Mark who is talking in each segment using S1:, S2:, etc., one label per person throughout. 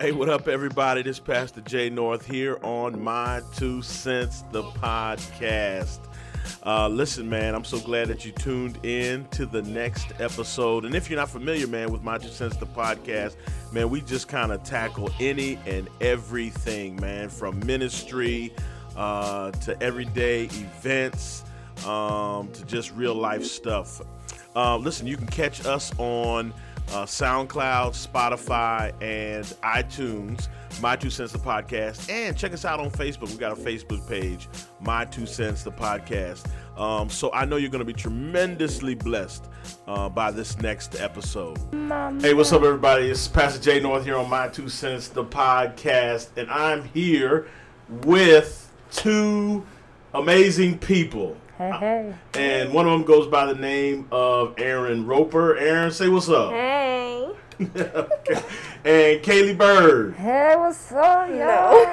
S1: Hey, what up, everybody? This is Pastor Jay North here on My Two Cents, the podcast. Uh, listen, man, I'm so glad that you tuned in to the next episode. And if you're not familiar, man, with My Two Cents, the podcast, man, we just kind of tackle any and everything, man, from ministry uh, to everyday events um, to just real life stuff. Uh, listen, you can catch us on uh, SoundCloud, Spotify, and iTunes. My Two Cents the Podcast, and check us out on Facebook. We got a Facebook page, My Two Cents the Podcast. Um, so I know you're going to be tremendously blessed uh, by this next episode. Hey, what's up, everybody? It's Pastor Jay North here on My Two Cents the Podcast, and I'm here with two amazing people.
S2: Hey, hey.
S1: And one of them goes by the name of Aaron Roper. Aaron, say what's up.
S3: Hey.
S1: And Kaylee Bird.
S2: Hey, what's up, y'all?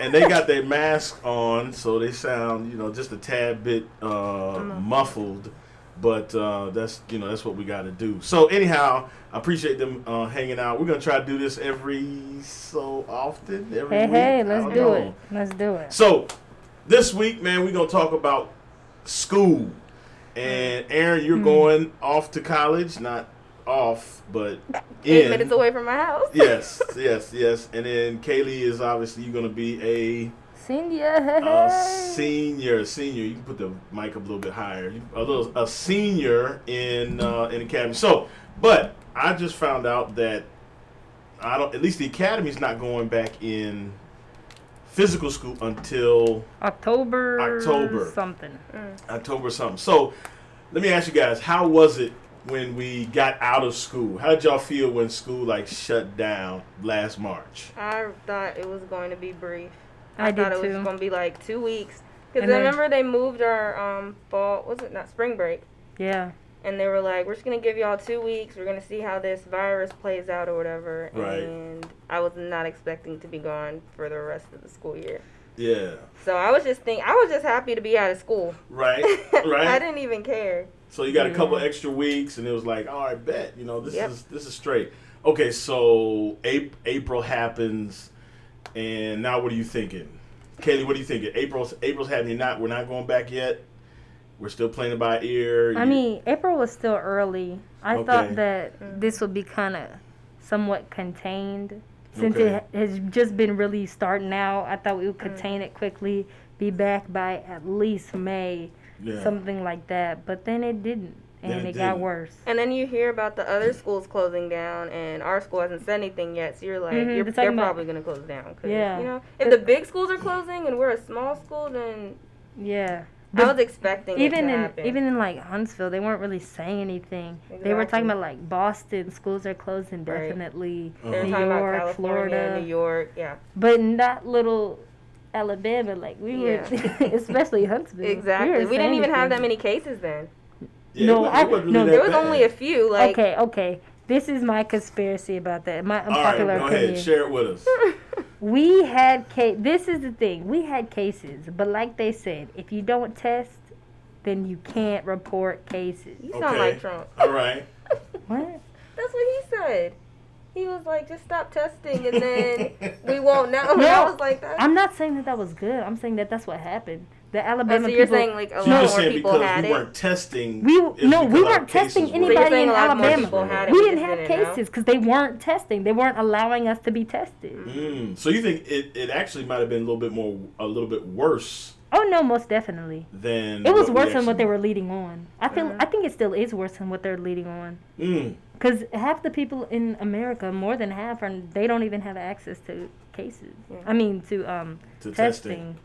S1: And they got their mask on, so they sound, you know, just a tad bit uh, muffled. But uh, that's, you know, that's what we got to do. So anyhow, I appreciate them uh, hanging out. We're gonna try to do this every so often, every
S2: hey,
S1: week.
S2: hey,
S1: I
S2: let's
S1: don't
S2: do
S1: know.
S2: it. Let's do it.
S1: So, this week, man, we're gonna talk about school. And Aaron, you're going off to college, not off, but
S3: Eight
S1: in.
S3: minutes away from my house.
S1: yes, yes, yes. And then Kaylee is obviously you're gonna be
S2: Senior, hey,
S1: a, a
S2: hey.
S1: senior. Senior, you can put the mic up a little bit higher. You- A little a senior in uh, in academy. So, but I just found out that I don't. At least the academy's not going back in physical school until
S2: October,
S1: October.
S2: something.
S1: October something. So let me ask you guys, how was it when we got out of school? How did y'all feel when school like shut down last March?
S3: I thought it was going to be brief.
S2: I,
S3: thought
S2: did
S3: it was
S2: too.
S3: going to be like two weeks. Because
S2: And
S3: I
S2: then-
S3: remember they moved our um fall, was it not spring break?
S2: Yeah,
S3: And they were like, we're just going to give y'all two weeks. We're going to see how this virus plays out or whatever.
S1: Right.
S3: And I was not expecting to be gone for the rest of the school year.
S1: Yeah.
S3: So I was just think I was just happy to be out of school.
S1: Right?
S3: I
S1: Right?
S3: didn't even care.
S1: so you got a couple
S2: Yeah.
S1: extra weeks and it was like, all right, bet, you know, this
S3: Yep.
S1: is this is straight. Okay, so Ap- April happens and now what are you thinking? Kaylee, what are you thinking? April's April's happening not we're not going back yet. We're still playing it by ear.
S2: I mean, April was still early. I
S1: Okay.
S2: thought that this would be kind of somewhat contained since
S1: Okay.
S2: it has just been really starting out. I thought we would contain it quickly, be back by at least May,
S1: yeah.
S2: something like that. But then it didn't,
S1: Then
S2: and
S1: it
S2: it, got
S1: didn't.
S2: worse.
S3: And then you hear about the other schools closing down, and our school hasn't said anything yet. So you're like,
S2: Mhm, they're
S3: you're,
S2: talking
S3: they're
S2: about-
S3: probably going to close down. 'cause,
S2: Yeah.
S3: You know, if the big schools are closing and we're a small school, then
S2: Yeah.
S3: I
S2: But-
S3: was expecting it
S2: even
S3: to
S2: in
S3: happen.
S2: even in like Huntsville, they weren't really saying anything. They were talking
S3: Exactly.
S2: about like Boston schools are closing
S3: Right.
S2: definitely,
S1: Uh. Uh-huh.
S3: they were
S2: New
S3: talking
S2: York,
S3: about California,
S2: Florida.
S3: New York, yeah,
S2: but not little Alabama. Like we
S3: Yeah.
S2: were, especially Huntsville.
S3: exactly.
S2: weren't
S3: We didn't
S2: saying
S3: even have that
S2: anything.
S3: many cases then.
S1: Yeah, it
S2: No,
S1: wa- it
S2: I-
S1: wasn't
S2: no,
S1: that
S3: There was
S1: bad.
S3: only a few. Like,
S2: okay, okay. This is my conspiracy about that. My
S1: All right,
S2: unpopular
S1: go
S2: opinion.
S1: ahead. Share it with us.
S2: We had case. This is the thing. We had cases, but like they said, if you don't test, then you can't report cases.
S3: you sound
S1: Okay.
S3: like Trump.
S1: All right.
S2: What?
S3: That's what he said. He was like, just stop testing, and then we won't know. And I
S2: No,
S3: was like, that. Oh,
S2: I'm not saying that that was good. I'm saying that that's what happened. The Alabama
S3: so you're
S2: people.
S3: saying like a
S1: So
S3: lot
S1: you're
S3: more
S1: saying
S3: people
S1: because
S3: had
S1: we
S3: it.
S1: weren't testing.
S2: We-
S1: it's
S2: no, we
S1: because our
S2: weren't testing
S1: cases were-
S3: So you're
S2: anybody
S3: saying
S2: in
S3: a lot more
S2: Alabama.
S3: people had it.
S2: we
S3: we
S2: didn't
S3: just
S2: have
S3: know.
S2: cases because they weren't testing. They weren't allowing us to be tested.
S1: Mm, so you think it, it actually might have been a little bit more, a little bit worse
S2: Oh no, most definitely.
S1: than
S2: It was
S1: we
S2: worse than what they
S1: actually-
S2: were leading on. I
S3: Uh-huh.
S2: feel. I think it still is worse than what they're leading on.
S1: Mm,
S2: Because half the people in America, more than half, are they don't even have access to cases. I mean, to um
S1: to testing.
S2: testing.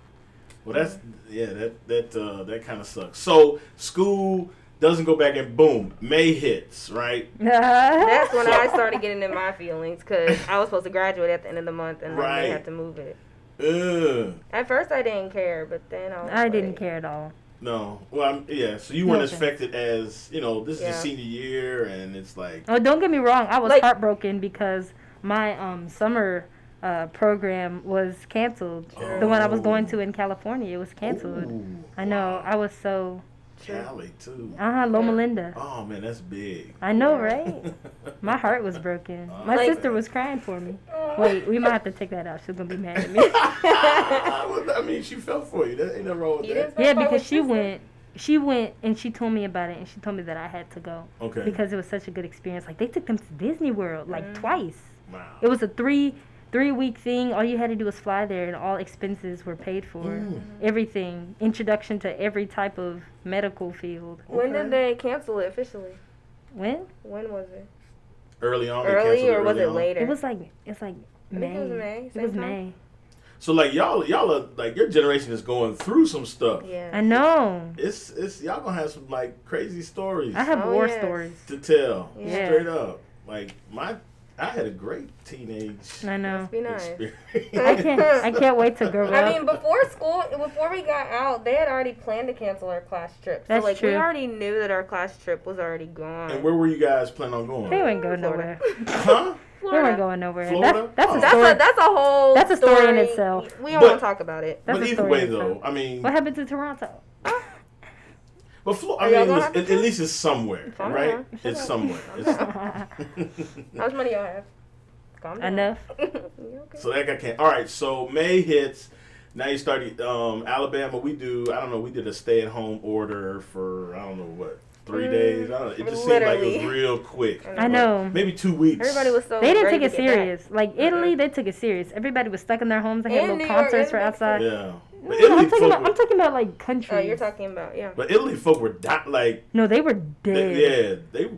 S1: Well, that's yeah, that that uh, that kind of sucks. So school doesn't go back, and boom, May hits right.
S3: That's when I started getting in my feelings because I was supposed to graduate at the end of the month and then
S1: Right.
S3: they had to move it.
S1: Ugh.
S3: At first, I didn't care, but then I was
S2: I didn't
S3: like-
S2: care at all.
S1: No, well, I'm, yeah. So you weren't
S2: Okay.
S1: expected as you know, this is your
S3: Yeah.
S1: senior year, and it's like
S2: Oh, don't get me wrong. I was
S3: Like-
S2: heartbroken because my um summer uh, program was canceled. The one I was going
S3: Oh.
S2: to in California, it was canceled.
S1: ooh,
S2: I know. I was so
S1: Cali too.
S2: uh huh, Loma Linda.
S1: Oh man, that's big.
S2: I know, right? My heart was broken. My
S3: Like-
S2: sister was crying for me.
S3: Oh,
S2: Wait, we might have to take that out. She's gonna be mad at me.
S1: Well, I mean, she fell for you. That ain't nothing wrong with
S3: You
S1: that.
S3: didn't
S2: yeah,
S3: fuck
S2: because
S3: with
S2: she
S3: your sister.
S2: went. She went and she told me about it, and she told me that I had to go
S1: Okay.
S2: because it was such a good experience. Like they took them to Disney World like twice.
S1: wow.
S2: It was a three three week thing. All you had to do was fly there, and all expenses were paid for.
S1: Mm.
S2: Everything, introduction to every type of medical field.
S3: When
S1: Okay.
S3: did they cancel it officially?
S2: When
S3: When was it?
S1: early on? Oh, they
S3: Early
S1: canceled
S3: or was
S1: early
S3: it
S1: on?
S3: later?
S2: it was like it's like
S3: think
S2: May.
S3: it was May,
S2: It was
S3: same time.
S2: May.
S1: So like y'all, y'all are like your generation is going through some stuff.
S3: Yeah.
S2: I know.
S1: It's it's y'all gonna have some like crazy stories
S2: I have
S3: Oh,
S2: war
S3: yes.
S2: stories.
S1: to tell.
S3: Yeah.
S1: Straight up, like my, I had a great teenage
S2: I know.
S3: Must be nice.
S1: experience.
S2: I can't. I can't wait to grow up.
S3: I mean, before school, before we got out, they had already planned to cancel our class trip. So,
S2: That's
S3: like, we
S2: true.
S3: already knew that our class trip was already gone.
S1: And where were you guys planning on going?
S2: they weren't going nowhere.
S1: Huh?
S2: They
S3: Florida.
S2: weren't going nowhere.
S1: Florida?
S2: That's, that's a
S3: That's
S2: story.
S3: a that's a whole.
S2: That's a story in itself.
S3: We don't
S1: But-
S3: want to talk about it.
S2: That's
S1: but
S2: a
S1: either
S2: story
S1: way,
S2: in itself.
S1: though, I mean,
S2: What happened to Toronto?
S1: but Flo-
S3: Are
S1: I
S3: y'all
S1: mean,
S3: gonna
S1: it's-
S3: have to
S1: at,
S3: go?
S1: at least it's somewhere,
S3: Fine.
S1: right?
S3: Shut
S1: It's
S3: up.
S1: somewhere. It's-
S3: How much money y'all have? Calm down.
S2: Enough.
S3: You okay?
S1: so that guy can't. All right. So May hits. Now you started um, Alabama. We do. I don't know. We did a stay-at-home order for I don't know what three
S3: Mm,
S1: days. I don't know. It just seemed like it was
S3: literally.
S1: real quick.
S3: I
S2: I know.
S1: Maybe two weeks.
S3: Everybody was so.
S2: They didn't
S3: ready
S2: take it
S3: to get back.
S2: serious. Like Italy, they took it serious. Everybody was stuck in their homes. They had
S3: And
S2: little
S3: New York,
S2: concerts for
S3: and
S2: outside.
S1: Yeah. But
S2: No,
S1: Italy
S2: I'm talking
S1: folk.
S2: about. I'm
S1: Were,
S2: talking about like countries.
S3: Oh, you're talking about yeah.
S1: but Italy folk were not like.
S2: No, they were dead.
S1: They, yeah. They.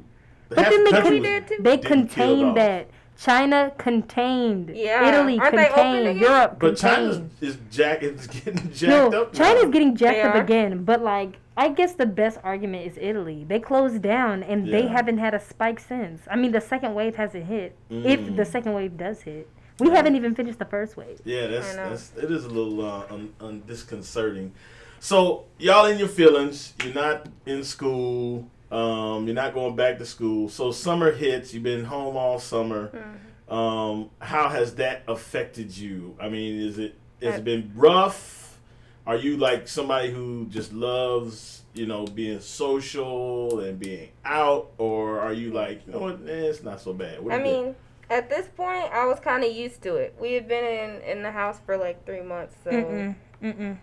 S2: But then they,
S3: country
S2: con-
S3: did too.
S2: they
S1: Didn't kill it off.
S2: contained that. China contained.
S3: Yeah.
S2: Italy
S3: Aren't they open
S2: contained.
S3: again?
S2: Europe
S1: But China's
S2: contained.
S1: is jack. It's getting jacked
S2: No,
S1: up. now.
S2: China's getting jacked
S3: They
S2: up
S3: are.
S2: again. But like, I guess the best argument is Italy. They closed down and they
S1: Yeah.
S2: haven't had a spike since. I mean, the second wave hasn't hit.
S1: Mm.
S2: If the second wave does hit, we
S1: Yeah.
S2: haven't even finished the first wave.
S1: Yeah, that's,
S3: I know.
S1: that's it is a little uh, un, un, disconcerting. So y'all in your feelings. You're not in school. Um, you're not going back to school. So summer hits. You've been home all summer.
S3: Mm-hmm.
S1: Um, how has that affected you? I mean, is it has
S3: I-
S1: it been rough? Are you like somebody who just loves you know being social and being out, or are you like you know what? Eh, it's not so bad. What
S3: I
S1: do you think?
S3: mean, at this point, I was kind of used to it. We had been in in the house for like three months, so
S2: Mm-mm, mm-mm,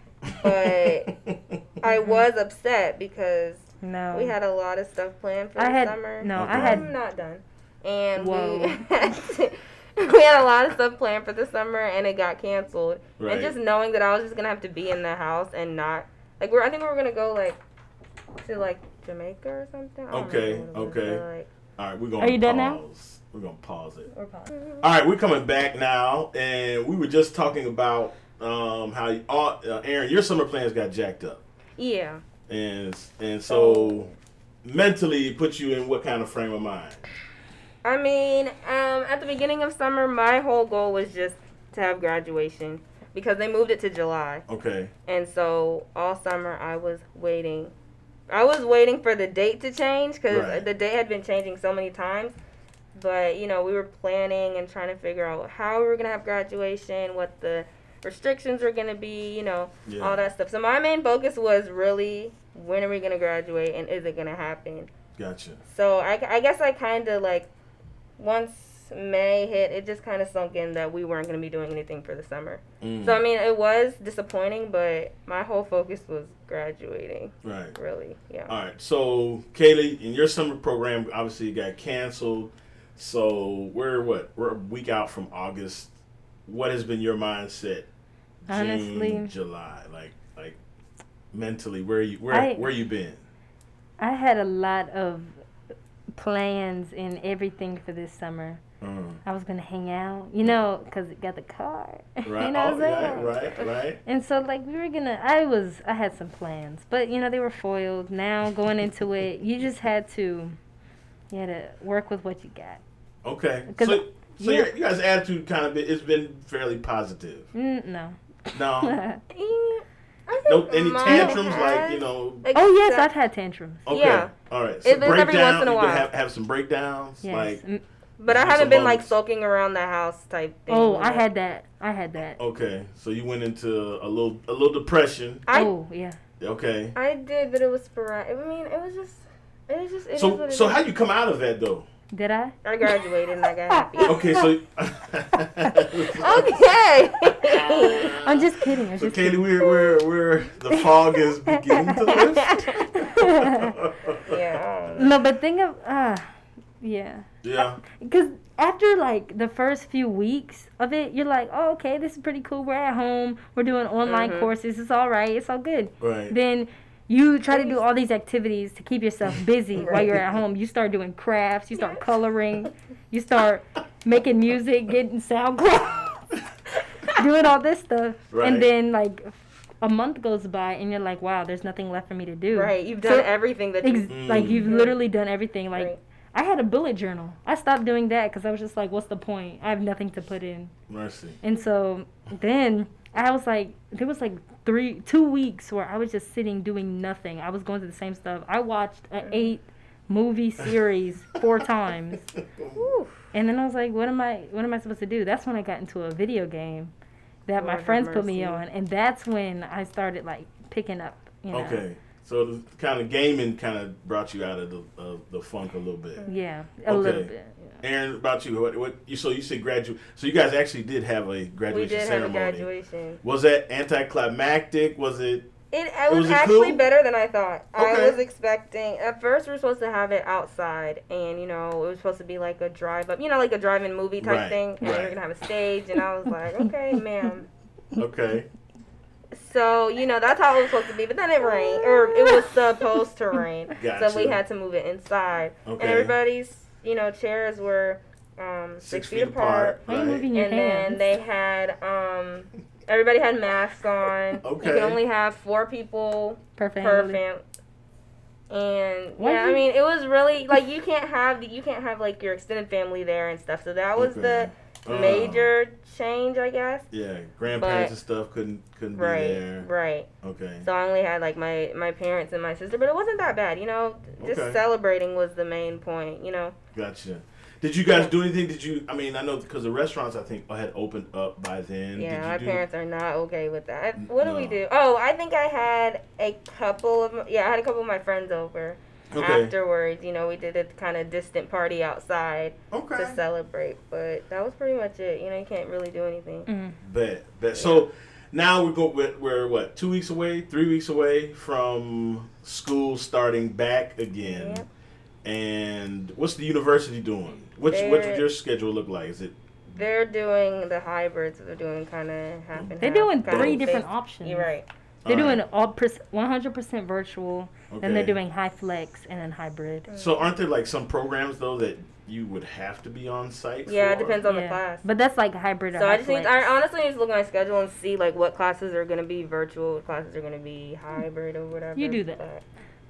S1: but
S3: I was upset because
S2: no.
S3: we had a lot of stuff planned for
S2: Oh. I
S3: the
S2: had
S3: summer.
S2: no. I
S1: Okay.
S3: I'm
S2: had
S3: not done. And we
S2: Whoa.
S3: had, we had a lot of stuff planned for the summer, and it got canceled.
S1: right.
S3: And just knowing that I was just gonna have to be in the house and not like we're I think we were gonna go like to like Jamaica or something. I don't
S1: Okay,
S3: remember what it was,
S1: okay.
S3: but, like,
S1: All right, we're gonna
S2: Are you
S1: pause.
S2: done now?
S1: We're gonna pause it.
S3: we're probably-
S1: All right, we're coming back now, and we were just talking about um, how you, all, uh, Aaron, your summer plans got jacked up,
S3: Yeah.
S1: and and so mentally it put you in what kind of frame of mind?
S3: I mean, um, at the beginning of summer, my whole goal was just to have graduation because they moved it to July,
S1: Okay,
S3: and so all summer I was waiting. I was waiting for the date to change because
S1: Right.
S3: the date had been changing so many times. But you know, we were planning and trying to figure out how we were gonna have graduation, what the restrictions were gonna be, you know,
S1: yeah,
S3: all that stuff. So my main focus was really when are we gonna graduate and is it gonna happen?
S1: gotcha.
S3: So I, I guess I kind of like once May hit, it just kind of sunk in that we weren't going to be doing anything for the summer.
S1: Mm,
S3: So I mean, it was disappointing, but my whole focus was graduating,
S1: right.
S3: really. Yeah.
S1: All right. So Kaylee, in your summer program, obviously it got canceled. So we're what we're a week out from August. What has been your mindset? June,
S2: honestly,
S1: July, like like mentally, where you where
S2: I-
S1: where you been?
S2: I had a lot of plans and everything for this summer.
S1: Mm.
S2: I was gonna hang out, you know, 'cause it got the car.
S1: Right,
S2: you know
S1: oh,
S2: what I'm
S1: right,
S2: saying?
S1: right, right.
S2: And so like we were gonna I was I had some plans, but you know, they were foiled. Now going into it, you just had to you had to work with what you got.
S1: Okay. So,
S2: 'Cause-
S1: so
S2: yeah.
S1: your, you guys' attitude kind of been, it's been fairly positive.
S2: Mm, no.
S1: No,
S3: Eh, I think
S1: no, any
S3: mine
S1: tantrums like
S3: has-
S1: you know.
S2: oh yes, I've
S3: except-
S2: had tantrums.
S1: Okay.
S3: Yeah.
S1: All right. So
S3: It- it's every
S1: breakdown.
S3: once in a
S1: you been
S3: while.
S1: Have, have some breakdowns.
S2: Yes.
S1: Like
S2: Mm,
S3: but I
S1: Just
S3: haven't been like
S1: moments.
S3: sulking around the house type thing.
S2: oh,
S3: like-
S2: I had that. I had that.
S1: okay, so you went into a little a little depression.
S3: I
S2: oh, yeah.
S1: Okay.
S3: I did, but it was sporadic. I mean, it was just. It was just. It is
S1: so
S3: what it
S1: so
S3: is.
S1: how you come out of that though?
S2: Did I?
S3: I graduated and I got happy.
S1: Okay, so
S3: Okay.
S2: I'm just kidding. I'm
S1: So
S2: just
S1: Katie, we're we're we're the fog is beginning to lift.
S2: kidding.
S3: yeah. I don't know.
S2: no, but think of uh, yeah.
S1: yeah.
S2: Because after like the first few weeks of it, you're like, oh, okay, this is pretty cool. We're at home. We're doing online
S1: Mm-hmm.
S3: Mhm.
S2: courses. It's all right. It's all good.
S1: Right.
S2: Then you try to do all these activities to keep yourself busy while you're at
S1: Right.
S2: home. You start doing crafts. You start coloring. You start making music, getting SoundCloud, doing all this stuff.
S1: Right.
S2: And then like a month goes by, and you're like, wow, there's nothing left for me to do.
S3: Right. You've
S2: So-
S3: done everything that
S2: Ex-
S3: you.
S2: Like
S1: Mm.
S2: you've literally done everything. Like
S3: Right.
S2: I had a bullet journal. I stopped doing that because I was just like, what's the point? I have nothing to put in.
S1: Mercy.
S2: And so then I was like, there was like three, two weeks where I was just sitting doing nothing. I was going to the same stuff. I watched an eight movie series four times,
S3: Whew.
S2: and then I was like, what am I, what am I supposed to do? That's when I got into a video game that my
S3: Lord have
S2: friends put me
S3: mercy.
S2: on, and that's when I started like picking up. You know?
S1: Okay. So the kind of gaming kind of brought you out of the of the funk a little bit.
S2: Yeah, a little
S1: Okay.
S2: bit.
S1: Aaron, about you, what, what you so you said graduate. So you guys actually did have a
S3: We
S1: graduation
S3: did have a
S1: ceremony.
S3: graduation.
S1: Was that anticlimactic? Was it
S3: It, it
S1: It
S3: was,
S1: was a
S3: actually
S1: cool-
S3: better than I thought.
S1: Okay.
S3: I was expecting. At first, we were supposed to have it outside, and you know, it was supposed to be like a drive up, you know, like a drive-in movie type
S1: Right,
S3: thing, and we
S1: right.
S3: were gonna have a stage. And I was like, okay, ma'am.
S1: okay?
S3: So you know, that's how it was supposed to be, but then it rained, or it was supposed to rain,
S1: Gotcha.
S3: so we had to move it inside.
S1: Okay.
S3: And everybody's, you know, chairs were um, six, feet, apart,
S2: Why are you
S1: right.
S2: moving your
S3: and
S2: hands?
S3: then they had um, everybody had masks on. You
S1: Okay.
S3: can only have four people
S2: per
S3: per
S2: family.
S3: fam. And
S2: Why
S3: yeah,
S2: you-
S3: I mean, it was really like you can't have you can't have like your extended family there and stuff. So that was
S1: Okay.
S3: the
S1: Uh,
S3: major change, I guess.
S1: Yeah, grandparents
S3: but-
S1: and stuff couldn't couldn't
S3: Right,
S1: be there.
S3: right.
S1: Okay.
S3: So I only had like my my parents and my sister, but it wasn't that bad, you know. Just
S1: Okay.
S3: celebrating was the main point, you know.
S1: Gotcha. Did you guys do anything? Did you? I mean, I know because the restaurants I think had opened up by then. Did
S3: yeah,
S1: you
S3: my
S1: do,
S3: parents are not okay with that. I,
S1: N-
S3: what do we
S1: no.
S3: do? Oh, I think I had a couple of yeah, I had a couple of my friends over
S1: Okay.
S3: afterwards. You know, we did a kind of distant party outside. to
S1: okay.
S3: celebrate, but that was pretty much it. You know, you can't really do anything.
S2: Mm-hmm.
S1: Bet. Bet. So now we're go. We're, we're what? Two weeks away? Three weeks away from school starting back again.
S3: Yep.
S1: And what's the university doing? What's what's
S3: They're-
S1: your schedule look like? Is it
S3: They're doing the hybrids. They're doing kind of half and
S2: They're
S3: half,
S2: doing
S3: kinda
S2: three
S3: face-
S2: different options.
S3: You're right.
S2: They're
S1: all right,
S2: doing all pers- 100% virtual, then they're
S1: okay.
S2: doing high flex and then hybrid.
S1: So aren't there like some programs though that you would have to be on site?
S3: Yeah, it
S1: for?
S3: depends on the
S2: Yeah.
S3: class.
S2: But that's like hybrid or
S3: So
S2: high
S3: I just need.
S2: flex.
S3: I honestly need to look at my schedule and see like what classes are gonna be virtual, what classes are gonna be hybrid or whatever.
S2: You do that.
S3: but-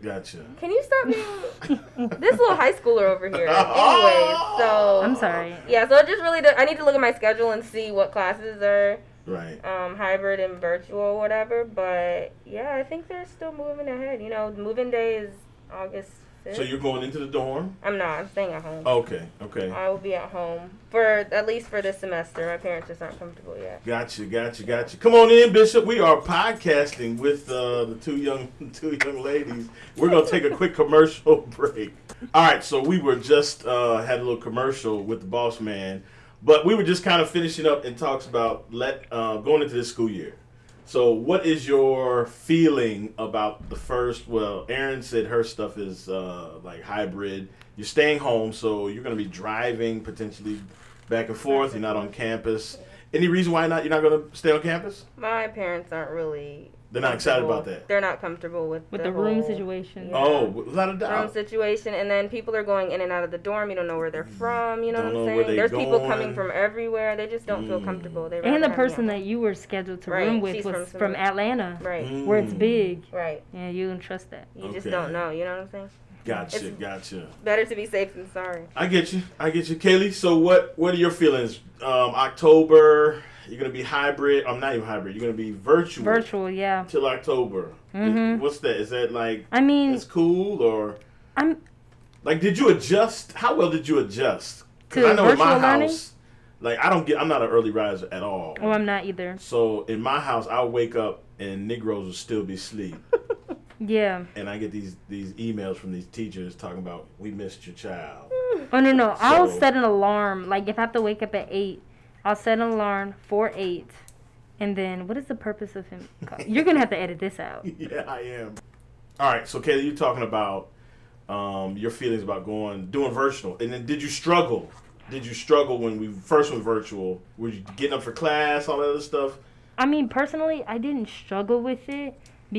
S1: Gotcha.
S3: Can you stop being this little high schooler over here? Anyway, so
S2: I'm sorry.
S3: Yeah, so it just really. do- I need to look at my schedule and see what classes are
S1: Right.
S3: um, hybrid and virtual, or whatever. But yeah, I think they're still moving ahead. You know, moving day is August fifth.
S1: So you're going into the dorm?
S3: I'm not. I'm staying at home.
S1: Okay. Okay.
S3: I will be at home for at least for this semester. My parents just aren't comfortable yet.
S1: Gotcha, gotcha, gotcha. Come on in, Bishop. We are podcasting with uh, the two young two young ladies. We're gonna take a quick commercial break. All right, so we were just uh, had a little commercial with the boss man, but we were just kind of finishing up and talks about let uh, going into this school year. So, what is your feeling about the first? Well, Erin said her stuff is uh, like hybrid. You're staying home, so you're going to be driving potentially back and forth. You're not on campus. Any reason why not? You're not going to stay on campus?
S3: My parents aren't really.
S1: They're not excited
S3: comfortable-
S1: about that.
S3: They're not comfortable with
S2: With the, room
S3: whole
S2: situation.
S3: Yeah.
S1: Oh, without a
S3: Room
S1: doubt.
S3: situation, and then people are going in and out of the dorm. You don't know where they're from. You know
S1: Mm. Don't
S3: what
S1: know
S3: I'm
S1: where
S3: saying?
S1: they
S3: There's people
S1: going.
S3: coming from everywhere. They just don't feel
S1: Mm.
S3: comfortable. They
S2: And
S3: rather
S2: the
S3: have me
S2: person
S3: at
S2: that you were scheduled to
S3: Right,
S2: room with
S3: she's
S2: was
S3: from
S2: from
S3: Samaritan.
S2: Atlanta,
S3: home. right,
S1: Mm.
S2: where it's big.
S3: right.
S2: Yeah, you don't trust that.
S3: You just
S1: Okay.
S3: don't know. You know what I'm saying?
S1: Gotcha,
S3: It's-
S1: gotcha.
S3: Better to be safe than sorry.
S1: I get you. I get you, Kaylee. So, what what are your feelings? Um, October, you're going to be hybrid. I'm not even hybrid. You're going to be virtual.
S2: Virtual, yeah.
S1: Till October.
S2: Mhm.
S1: What's that? Is that like
S2: I mean,
S1: it's cool or
S2: I'm
S1: like did you adjust how well did you adjust because
S2: To
S1: i know in my
S2: virtual learning?
S1: house like i don't get i'm not an early riser at all
S2: oh, I'm not either.
S1: so in my house i'll wake up and negroes will still be asleep
S2: Yeah.
S1: and i get these these emails from these teachers talking about we missed your child
S2: Oh no no! I'll
S1: So-
S2: set an alarm. Like if I have to wake up at eight, I'll set an alarm for eight, and then what is the purpose of him? call- You're gonna have to edit this out.
S1: yeah, I am. All right, so Kayla, you're talking about um, your feelings about going doing virtual, and then did you struggle? Did you struggle when we first went virtual? Were you getting up for class, all that other stuff?
S2: I mean, personally, I didn't struggle with it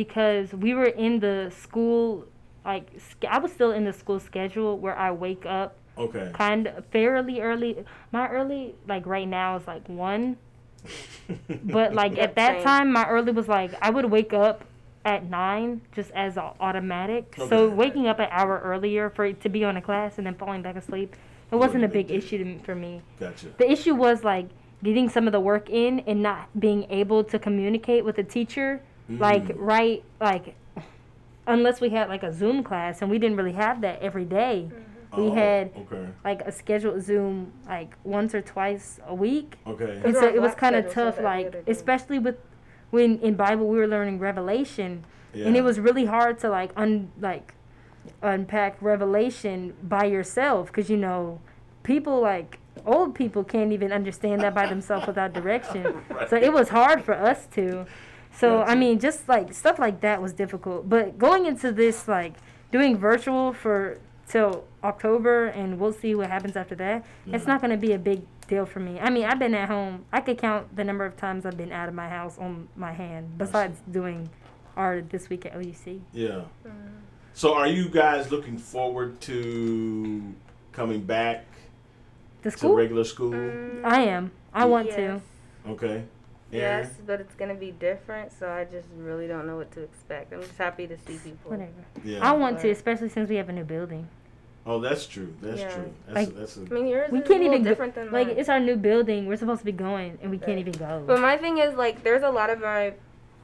S2: because we were in the school, like, sch- I was still in the school schedule where I wake up
S1: Okay.
S2: kind of fairly early. My early, like, right now is like one, but like at that
S3: Same.
S2: time, my early was like, I would wake up at nine just as a automatic. So
S1: Okay.
S2: waking up an hour earlier for it to be on a class and then falling back asleep, it wasn't a big issue to, for me.
S1: gotcha.
S2: The issue was like getting some of the work in and not being able to communicate with the teacher, like
S1: Mm.
S2: right, like unless we had like a Zoom class and we didn't really have that every day. We
S1: Oh,
S2: had
S1: okay,
S2: like a scheduled Zoom like once or twice a week,
S1: okay,
S2: and
S3: Those
S2: so
S3: are
S2: it was
S3: block
S2: kind of
S3: schedules, so
S2: tough,
S3: that
S2: like
S3: the other day.
S2: especially with when in Bible we were learning Revelation,
S1: yeah.
S2: and it was really hard to like un like unpack Revelation by yourself because you know people like old people can't even understand that by themselves without direction. So it was hard for us to. So I
S1: Gotcha.
S2: mean, just like stuff like that was difficult. But going into this like doing virtual for till October, and we'll see what happens after that. It's
S1: Yeah.
S2: not going to be a big deal for me. I mean, I've been at home. I could count the number of times I've been out of my house on my hand. Besides doing art this week at OUC.
S1: Yeah. So, are you guys looking forward to coming back
S2: The
S1: to
S2: school?
S1: regular school?
S3: Mm.
S2: I am. I want to.
S3: Yes.
S1: Okay. Aaron?
S3: Yes, but it's gonna be different, so I just really don't know what to expect. I'm just happy to see people.
S2: Whatever.
S1: Yeah.
S2: I want to,
S3: Right.
S2: especially since we have a new building.
S1: oh, that's true. That's
S3: Yeah.
S1: true. That's a,
S2: Like-
S1: that's a,
S3: I mean, yours
S2: We
S3: is
S2: can't
S3: a little
S2: even go-
S3: different than
S2: Like
S3: mine.
S2: it's our new building. We're supposed to be going, and we can't
S3: Right.
S2: even
S3: But
S2: go.
S3: my thing is like, there's a lot of my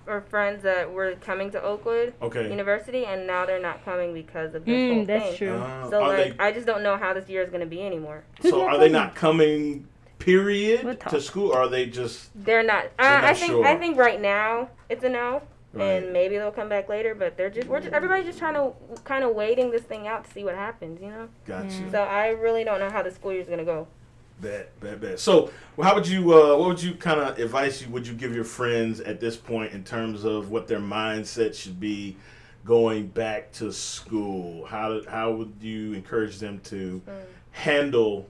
S3: or friends that were coming to Oakwood
S1: okay.
S3: University, and now they're not coming because of this whole
S2: Mm, that's
S3: thing.
S2: true.
S1: Uh,
S3: So
S1: are
S3: like, I just don't know how this year is gonna be anymore.
S1: they,
S2: Who's
S1: so
S2: not
S1: are they
S2: coming?
S1: not coming? Period
S2: We'll
S1: to
S2: talk.
S1: school? Or are they just
S3: They're not.
S1: They're
S3: I,
S1: not
S3: I think.
S1: sure.
S3: I think right now it's a no,
S1: right?
S3: and maybe they'll come back later. But they're just. We're just. Everybody's just trying to kind of waiting this thing out to see what happens. You know.
S1: Gotcha.
S3: So I really don't know how the school year's gonna go.
S1: Bad, bad, bad. So, well, how would you? Uh, what would you kind of advice you would you give your friends at this point in terms of what their mindset should be going back to school? How how would you encourage them to
S3: Mm.
S1: handle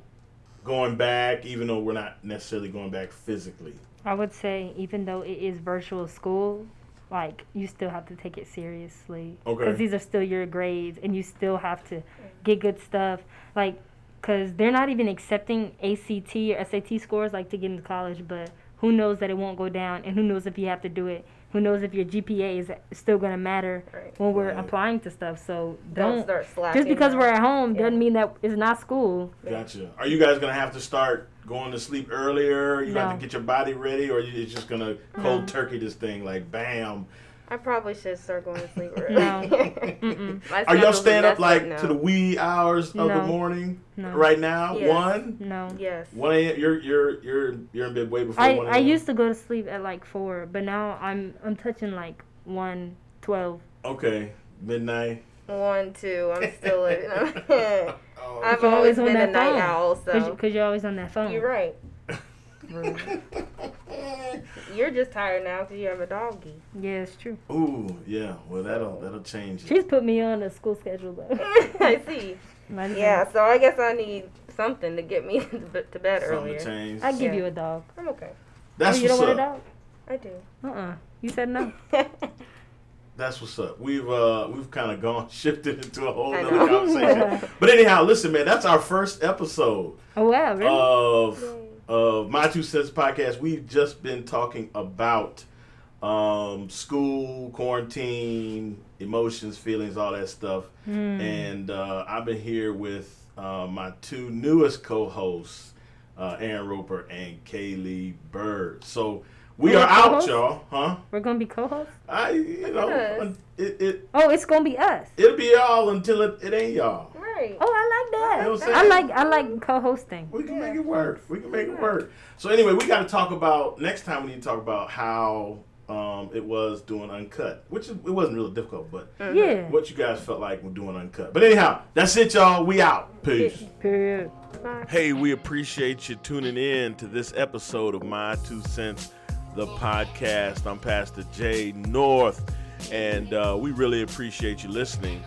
S1: going back, even though we're not necessarily going back physically?
S2: I would say, even though it is virtual school, like you still have to take it seriously.
S1: Okay.
S2: Because these are still your grades, and you still have to get good stuff. Like, because they're not even accepting ACT or SAT scores like to get into college, but who knows that it won't go down, and who knows if you have to do it. Who knows if your GPA is still gonna matter
S3: Right.
S2: when we're
S1: Right.
S2: applying to stuff? So
S3: Don't,
S2: don't
S3: start slacking.
S2: just because
S3: now.
S2: we're at home
S3: Yeah.
S2: doesn't mean that it's not school.
S1: Gotcha. Are you guys gonna have to start going to sleep earlier? You have
S2: No.
S1: to get your body ready, or you it's just gonna cold turkey this thing like bam?
S3: I probably should start going to sleep early.
S2: No.
S1: Are
S2: Mm-mm.
S3: My
S1: y'all
S3: schedule's
S1: staying up
S3: messed
S1: like
S3: now.
S1: to the wee hours of the
S2: No.
S1: morning
S2: No.
S1: right now?
S3: Yes.
S1: One,
S2: No.
S3: Yes.
S1: one a.m. You're you're you're you're in bed way before
S2: I,
S1: one.
S2: I
S1: a.m.?
S2: used to go to sleep at like four, but now I'm I'm touching like one twelve.
S1: okay midnight.
S3: One, two. I'm still.
S1: Oh.
S3: I've
S2: You're always
S3: always
S2: on
S3: been a
S2: that
S3: night
S2: phone.
S3: owl,
S2: Cause,
S3: so
S2: you, are always on that phone.
S3: you're right.
S1: Rude.
S3: You're just tired now because you have a doggy.
S2: Yeah, it's true.
S1: Ooh, yeah. Well, that'll that'll change. it.
S2: She's put me on a school schedule though.
S3: I see.
S2: Not even-
S3: Yeah, so I guess I need something to get me to b- to
S1: Something
S3: bed
S1: to
S3: earlier.
S1: change.
S2: I give
S3: Yeah.
S2: you a dog.
S3: I'm okay.
S1: That's
S2: oh, you don't
S1: what's
S2: want
S1: up.
S3: I do.
S2: a dog? Uh uh You said no.
S1: That's what's up. We've uh we've kind of gone shifted into a whole
S3: I
S1: other
S3: know.
S1: conversation. but anyhow, listen, man. That's our first episode
S2: Oh wow, really?
S1: Uh, of
S3: Yay.
S1: of my two cents podcast. We've just been talking about um school, quarantine, emotions, feelings, all that stuff.
S2: Hmm.
S1: And uh, I've been here with uh, my two newest co-hosts, uh, Aaron Roper and Kaylee Bird. So we
S2: We're
S1: are out,
S2: co-hosts?
S1: y'all, huh?
S2: We're gonna be co-hosts.
S1: I you know
S3: Yes.
S1: it, it
S2: Oh, it's gonna be us.
S1: it'll be y'all until it, it ain't y'all.
S3: Right.
S2: Oh, I
S1: You know
S2: like
S1: what
S2: that.
S1: I'm
S2: I
S1: saying?
S2: like I like co-hosting.
S1: We can make it work. We can make it work. So anyway, we got to talk about next time. We need to talk about how um, it was doing uncut, which it wasn't really difficult, but
S2: Yeah.
S1: what you guys felt like when doing uncut. But anyhow, that's it, y'all. We out. Peace.
S2: Period.
S1: Hey, we appreciate you tuning in to this episode of My Two Cents, the podcast. I'm Pastor Jay North, and uh, we really appreciate you listening.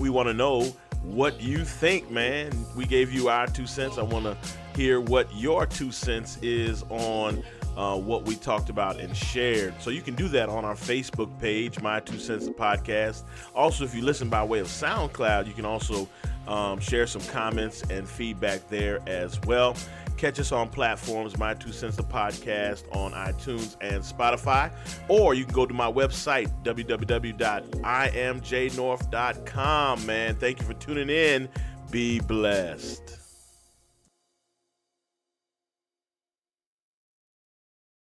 S1: We want to know what you think, man. We gave you our two cents. I want to hear what your two cents is on uh, what we talked about and shared. So you can do that on our Facebook page, My Two Cents the Podcast. Also, if you listen by way of SoundCloud, you can also um, share some comments and feedback there as well. Catch us on platforms, My Two Cents the Podcast on iTunes and Spotify, or you can go to my website, www.imjnorth.com. Man, thank you for tuning in. Be blessed.